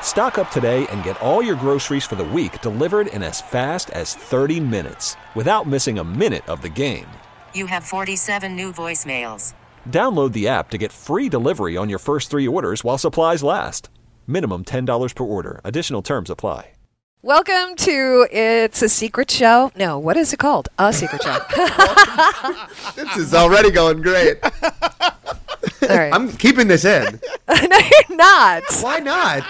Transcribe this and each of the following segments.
Stock up today and get all your groceries for the week delivered in as fast as 30 minutes without missing a minute of the game. You have 47 new voicemails. Download the app to get free delivery on your first three orders while supplies last. Minimum $10 per order. Additional terms apply. Welcome to It's a Secret Show. No, what is it called? A Secret Show. This is already going great. All right. I'm keeping this in. no, you're not. Why not?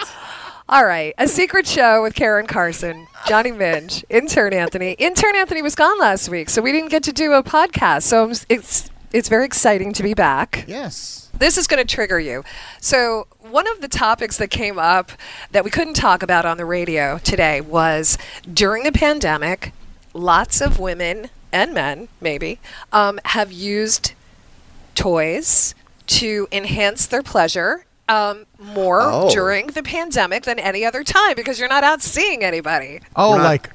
All right. A Secret Show with Karen Carson, Johnny Minge, intern Anthony. Intern Anthony was gone last week, so we didn't get to do a podcast. So I'm, s- it's. It's very exciting to be back. Yes. This is going to trigger you. So, one of the topics that came up that we couldn't talk about on the radio today was during the pandemic, lots of women and men, maybe, um, have used toys to enhance their pleasure um, more Oh. during the pandemic than any other time because you're not out seeing anybody. Oh, not- like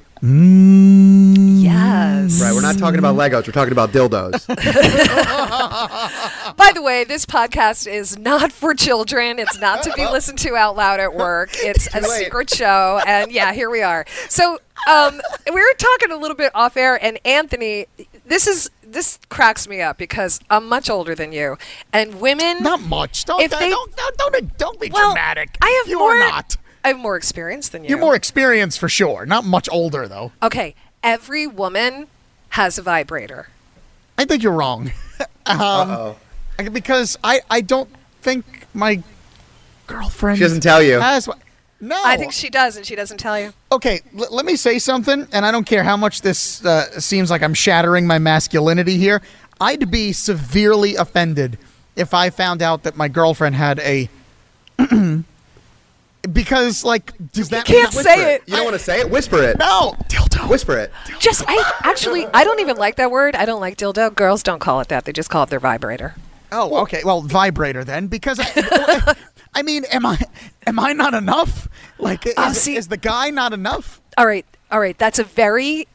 Yes. Right, we're not talking about Legos, we're talking about dildos. By the way, this podcast is not for children. It's not to be listened to out loud at work. It's a late. secret show. And yeah, here we are. So um, we were talking a little bit off air, and Anthony, this is this cracks me up because I'm much older than you, and women. not much. Don't If don't, they- don't don't don't don't be well, dramatic. I have you more. are not. I have more experience than you. You're more experienced for sure. Not much older though. okay. Every woman has a vibrator. I think you're wrong. um, I- because I I don't think my girlfriend She doesn't tell you. Has, one. no, I think she does, and she doesn't tell you. Okay, l- let me say something, and I don't care how much this uh, seems like I'm shattering my masculinity here. I'd be severely offended if I found out that my girlfriend had a. because, like, does that can't mean- say Whisper it. You don't want to say it? Whisper it. No, dildo. Whisper it. Just I actually I don't even like that word. I don't like dildo. Girls don't call it that. They just call it their vibrator. Oh, okay. Well, vibrator then, because I, I mean, am I am I not enough? Like, is, Oh, see- is the guy not enough? All right. All right. That's a very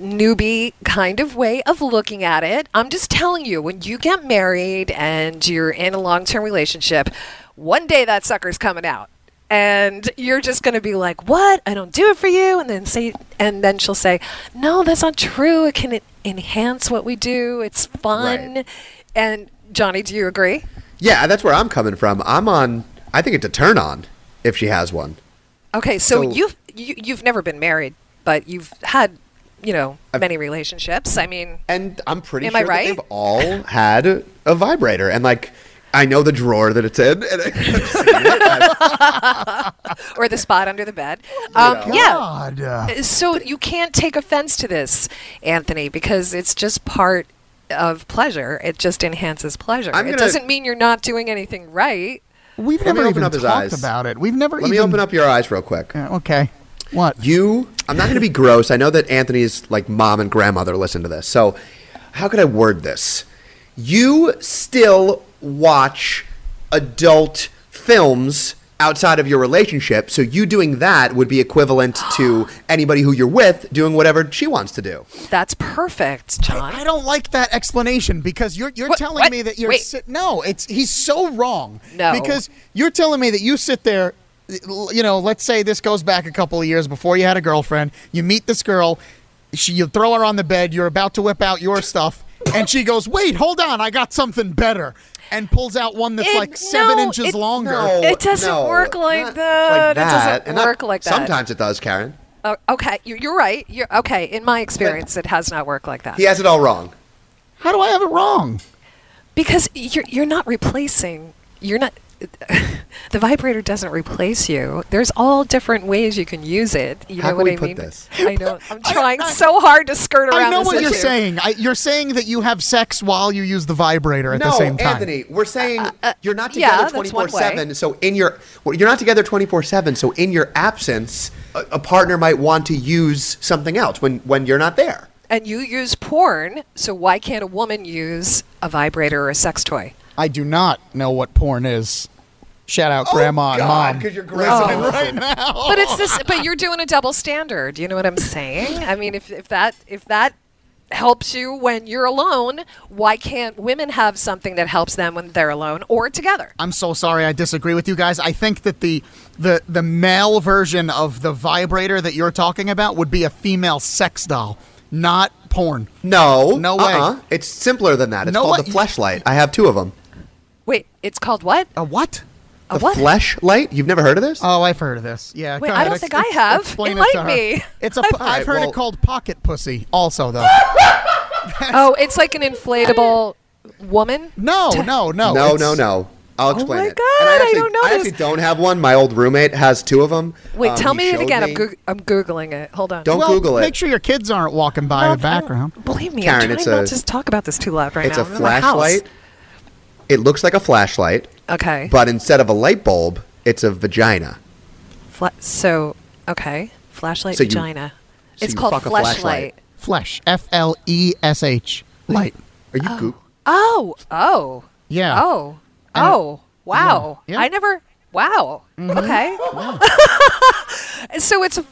newbie kind of way of looking at it. I'm just telling you when you get married and you're in a long-term relationship, one day that sucker's coming out. And you're just going to be like, "What? I don't do it for you." And then say and then she'll say, "No, that's not true. It can en- enhance what we do. It's fun." Right. And Johnny, do you agree? Yeah, that's where I'm coming from. I'm on, I think it's a turn on if she has one. Okay, so, So- you've you, you've never been married, but you've had you know many relationships. I mean, And I'm pretty Am I sure that right? they've all had a vibrator. And like, I know the drawer that it's in. And I, or the spot under the bed. Um, yeah. God. uh, So you can't take offense to this, Anthony, because it's just part of pleasure. It just enhances pleasure. I'm it gonna- doesn't mean you're not doing anything right. We've me never open even up his talked eyes. about it. We've never let even. me open up your eyes real quick. Yeah, okay. What? You, I'm not going to be gross. I know that Anthony's like mom and grandmother listen to this. So, how could I word this? You still watch adult films outside of your relationship. So, you doing that would be equivalent to anybody who you're with doing whatever she wants to do. That's perfect, John. I don't like that explanation because you're you're What- telling what? me that you're Wait. si- no. It's he's so wrong. No. because you're telling me that you sit there. You know, let's say this goes back a couple of years before you had a girlfriend. You meet this girl, she, you throw her on the bed. You're about to whip out your stuff, and she goes, "Wait, hold on, I got something better," and pulls out one that's It- like seven no, inches it- longer. no. It doesn't work like Oh, not that. It doesn't And not- work like that. Sometimes it does, Karen. Oh, okay, you're, you're right. You're okay. In my experience, it has not worked like that. He has it all wrong. How do I have it wrong? because you're you're not replacing you're not the vibrator doesn't replace you. There's all different ways you can use it. You How know can what we I put mean? this? I know. I'm trying so hard to skirt around I know this what you're issue. saying. I, you're saying that you have sex while you use the vibrator at no, the same time. Anthony, we're saying you're not Uh, yeah, together that's one way. twenty four seven. So in your well, you're not together twenty four seven. So in your absence, a, a partner might want to use something else when when you're not there. And you use porn, so why can't a woman use a vibrator or a sex toy? I do not know what porn is. Shout out, Grandma and Mom. because Oh, you're grasping Oh. right now. But it's this. Oh. But you're doing a double standard. You know what I'm saying? I mean, if if that if that helps you when you're alone, why can't women have something that helps them when they're alone or together? I'm so sorry. I disagree with you guys. I think that the the the male version of the vibrator that you're talking about would be a female sex doll, not porn. No, No way. Uh-uh. It's simpler than that. It's No called way. the fleshlight. I have two of them. Wait, it's called what? A what? A The what? fleshlight. You've never heard of this? Oh, I've heard of this. Yeah. Wait, go I ahead. don't Ex- think I ex- have. explain It might to her. be. It's a. I've- have Alright, heard well- it called pocket pussy. Also though. Oh, it's like an inflatable woman. No, no, no. no, it's- no, no. I'll explain Oh my it. God, And I actually, don't know I actually this. don't have one. My old roommate has two of them. Um, Wait, tell me it again. I'm, Google. goog- I'm googling it. Hold on. Don't Well, Google it. make sure your kids aren't walking by in the background. Believe me, Karen, I'm it's trying a- not to talk about this too loud right it's now. a I'm in my house. flashlight. It looks like a flashlight, Okay. but instead of a light bulb, it's a vagina. Fla- so okay, flashlight So you- vagina. so it's you called fuck a flashlight. flashlight. Flesh. F L E S H. Light. Are you Google? Oh, oh, Yeah. oh, oh, wow! Yeah. Mm-hmm. I never. Wow. Okay. so it's a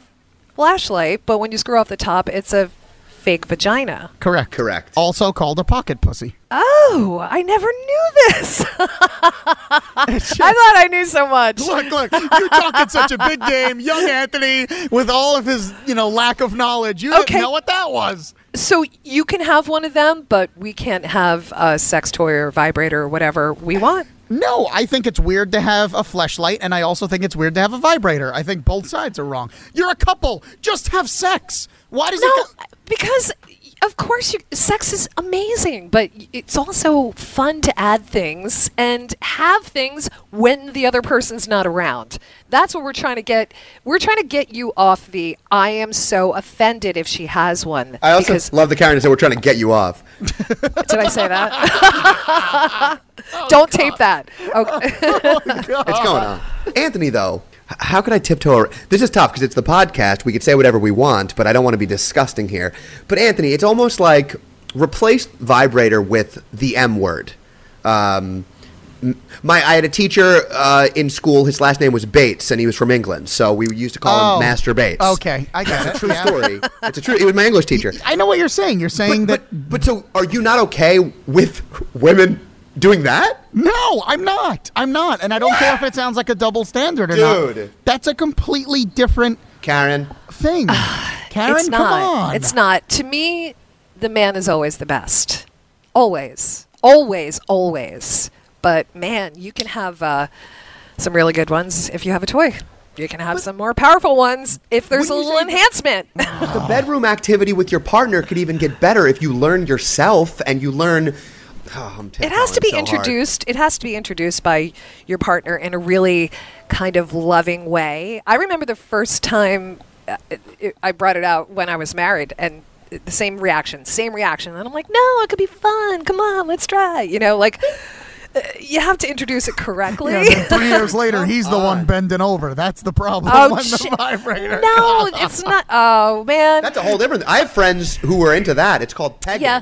flashlight, but when you screw off the top, it's a fake vagina. Correct. Correct. Also called a pocket pussy. Oh, I never knew this. I thought I knew so much. Look, look, you're talking such a big game. Young Anthony, with all of his, you know, lack of knowledge, you Okay. didn't know what that was. So you can have one of them, but we can't have a sex toy or vibrator or whatever we want. No, I think it's weird to have a fleshlight, and I also think it's weird to have a vibrator. I think both sides are wrong. You're a couple. Just have sex. Why does No, it go- because of course you, sex is amazing, but it's also fun to add things and have things when the other person's not around. That's what we're trying to get. We're trying to get you off the I am so offended if she has one. I also because love the Karen said we're trying to get you off. did I say that? Don't tape that. Okay. It's going on. Anthony, though, h- how could I tiptoe? Ar- this is tough because it's the podcast. We could say whatever we want, but I don't want to be disgusting here. But Anthony, it's almost like replace vibrator with the M word. Um, m- my, I had a teacher uh, in school. His last name was Bates, and he was from England, so we used to call Oh. him Master Bates. Okay, I got it. True yeah. story. It's a true. He was my English teacher. I know what you're saying. You're saying that. But, but so, are you not okay with women doing that? No, I'm not. I'm not. And I don't care if it sounds like a double standard or not. Dude. That's a completely different Karen, thing. Karen, it's not. come on. It's not. To me, the man is always the best. Always. Always, always. But man, you can have uh, some really good ones if you have a toy. You can have some more powerful ones if there's a Wouldn't you little say- enhancement. the bedroom activity with your partner could even get better if you learn yourself and you learn. Oh, I'm it has to tiptoeing be so hard. introduced. It has to be introduced by your partner in a really kind of loving way. I remember the first time uh, it, it, I brought it out when I was married, and the same reaction, same reaction. And I'm like, no, it could be fun. Come on, let's try. You know, like uh, you have to introduce it correctly. Yeah, then three years later, he's the one bending over. That's the problem. Oh, when shit. the vibrator. no, it's not. Oh man. That's a whole different. I have friends who are into that. It's called pegging. yeah.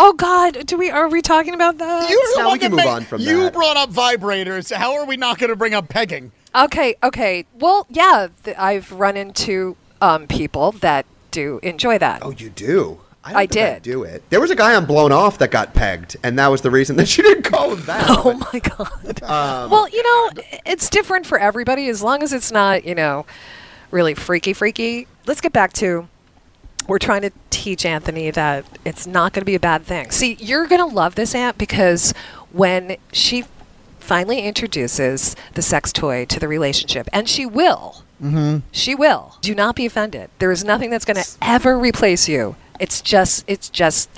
Oh God, do we are we talking about that? You're Now the we one can that move made- on from You that. brought up vibrators. How are we not going to bring up pegging? Okay, okay. Well, yeah, th- I've run into um, people that do enjoy that. Oh, you do. I, don't I think did. do it. There was a guy on Blown Off that got pegged, and that was the reason that she didn't call him that. Oh But my god. well, you know, it's different for everybody as long as it's not, you know, really freaky freaky. Let's get back to we're trying to teach Anthony that it's not going to be a bad thing. See, you're going to love this aunt because when she finally introduces the sex toy to the relationship, and she will, she will. Do not be offended. There is nothing that's going to ever replace you. It's just, it's just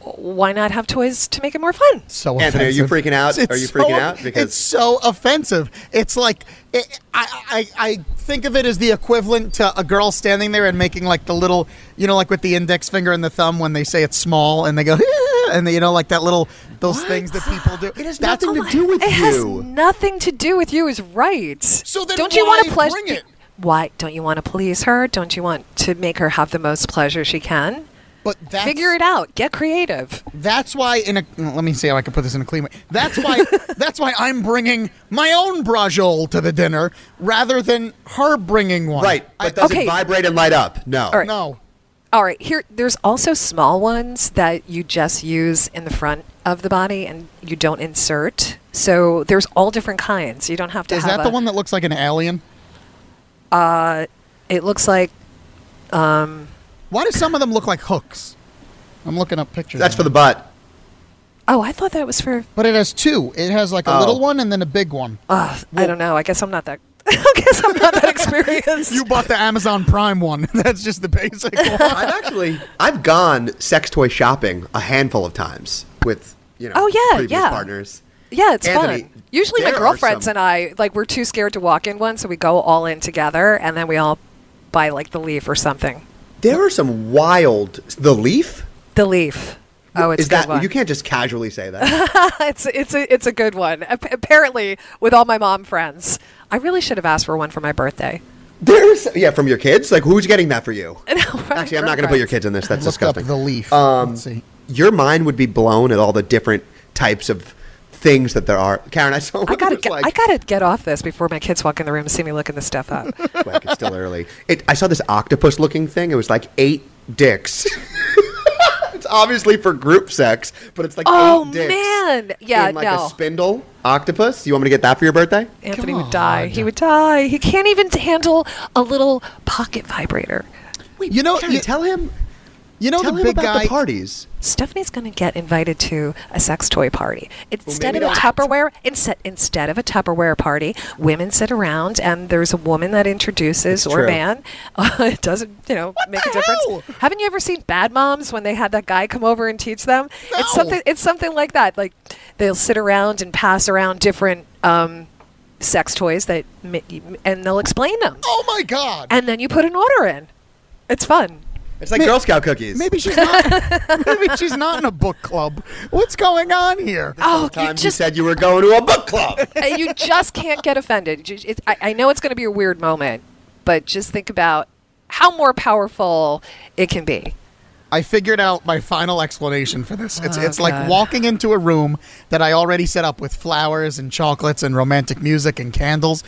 why not have toys to make it more fun? So Anthony, are you freaking out? It's Are you so- freaking out? Because- it's so offensive. It's like it, I, I I think of it as the equivalent to a girl standing there and making like the little you know like with the index finger and the thumb when they say it's small and they go and they, you know like that little those things that people do. It has That's nothing all I- to do with It has you. nothing to do with you. Is right. So then don't you want to why pleasure? bring it? Why don't you want to please her? Don't you want to make her have the most pleasure she can? But that's, Figure it out. Get creative. That's why in a let me see how I can put this in a clean way. That's why that's why I'm bringing my own brajol to the dinner rather than her bringing one. Right, I- but does okay. it vibrate and light up? No. right. no. All right, here there's also small ones that you just use in the front of the body and you don't insert. So there's all different kinds. You don't have to Is have that the a- one that looks like an alien? It looks like Why do some of them look like hooks? I'm looking up pictures. That's of for the them. butt. Oh, I thought that was for But it has two. It has like a Oh. little one and then a big one. Ugh, uh, I don't know. I guess I'm not that I guess I'm not that experienced. You bought the Amazon Prime one. That's just the basic one. I've actually I've gone sex toy shopping a handful of times with you know Oh, yeah, previous yeah. partners. Yeah, it's Anthony, fun. Usually, my there are girlfriends some- and I like we're too scared to walk in one, so we go all in together, and then we all buy like the leaf or something. There are some wild the leaf. The leaf. Oh, it's Is a good that one. you can't just casually say that? it's it's a it's a good one. Ap- apparently, with all my mom friends, I really should have asked for one for my birthday. There's yeah from your kids. Like who's getting that for you? Actually, I'm not going to put your girlfriends. kids in this. That's Look up disgusting. the leaf. Um, Let's see. Your mind would be blown at all the different types of things that there are. Karen, I saw. One I gotta that was get, like, I gotta get off this before my kids walk in the room and see me looking this stuff up. Like, it's still early. It, I saw this octopus looking thing. It was like eight dicks. it's obviously for group sex, but it's like Oh, eight dicks. man. Yeah, in like no. a spindle octopus. You want me to get that for your birthday? Anthony would die. He would die. He can't even handle a little pocket vibrator. Wait, You know- Karen, you- tell him. You know tell the him big about guy. the parties. Stephanie's going to get invited to a sex toy party. Instead maybe of a not. Tupperware, instead, instead of a Tupperware party, women sit around and there's a woman that introduces It's or true. a man. it doesn't, you know, make a the difference. hell? Haven't you ever seen Bad Moms when they had that guy come over and teach them? It's No. something it's something like that. Like they'll sit around and pass around different um, sex toys that ma- and they'll explain them. Oh my god. And then you put an order in. It's fun. It's like Girl Scout cookies. Maybe she's not. maybe she's not in a book club. What's going on here? Oh, you Times you just said you were going to a book club. and you just can't get offended. You- it- I, I know it's going to be a weird moment, but just think about how more powerful it can be. I figured out my final explanation for this. It's it's like God. walking into a room that I already set up with flowers and chocolates and romantic music and candles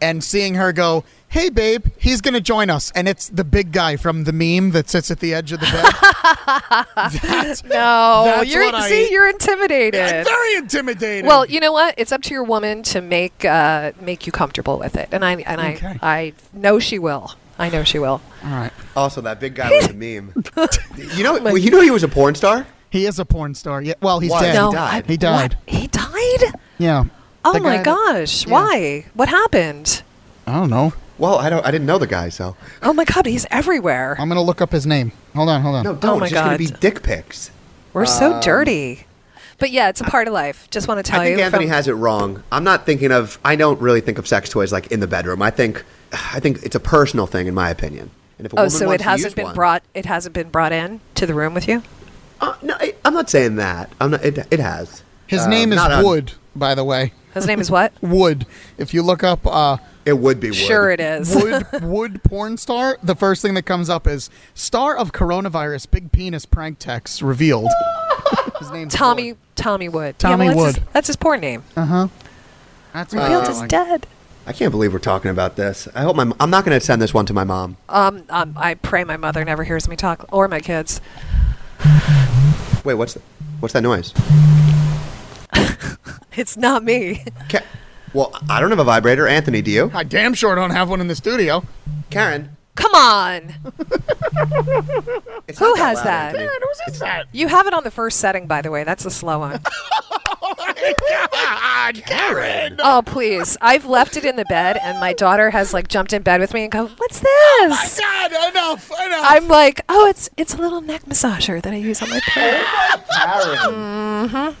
and seeing her go, "Hey babe, he's going to join us." And it's the big guy from the meme that sits at the edge of the bed. That's- No, That's you're what I- see, you're intimidated. I'm very intimidated. well, you know what? It's up to your woman to make uh, make you comfortable with it, and I and Okay. I I know she will. I know she will. All right. Also, that big guy was a meme. you know, well, you know, he was a porn star. He is a porn star. Yeah, well, he's Why? dead. no, he died. I- He died. What? He died. Yeah. Oh The my guy that- gosh! yeah. Why? What happened? I don't know. Well, I don't. I didn't know the guy, so Oh my God! He's everywhere. I'm going to look up his name. Hold on, hold on. no. Don't. Oh my it's just God. gonna be dick pics. We're Um, so dirty. But yeah, it's a part of life. Just want to tell I think you. Anthony from- has it wrong. I'm not thinking of. I don't really think of sex toys like in the bedroom. I think, I think it's a personal thing, in my opinion. And if a Oh, woman so wants it to hasn't use been one- brought. It hasn't been brought in to the room with you. Uh, no, I, I'm not saying that. I'm not. It, it has. His Um, name is not on- Wood, by the way. His name is what? Wood. If you look up uh, it would be Wood. Sure, it is. Wood Wood porn star, the first thing that comes up is star of coronavirus big penis prank text revealed. His name's Tommy. Wood. Tommy Wood. Tommy yeah, well, that's Wood. Uh-huh. His, that's his porn name. That's uh, Revealed is dead. I can't believe we're talking about this. I hope my. I'm not going to send this one to my mom. Um, um, I pray my mother never hears me talk or my kids. Wait, what's the, what's that noise? It's not me. Ca- well, I don't have a vibrator. Anthony, do you? I damn sure don't have one in the studio. Karen. Come on. It's Who not has loud, that? Anthony. Who's that? Oh You have it on the first setting, by the way. That's a slow one. God, Karen. Oh, please. I've left it in the bed, and my daughter has like jumped in bed with me and go, What's Oh this? God, enough, enough. I'm like, Oh, it's it's a little neck massager that I use on my pillow. Mm-hmm.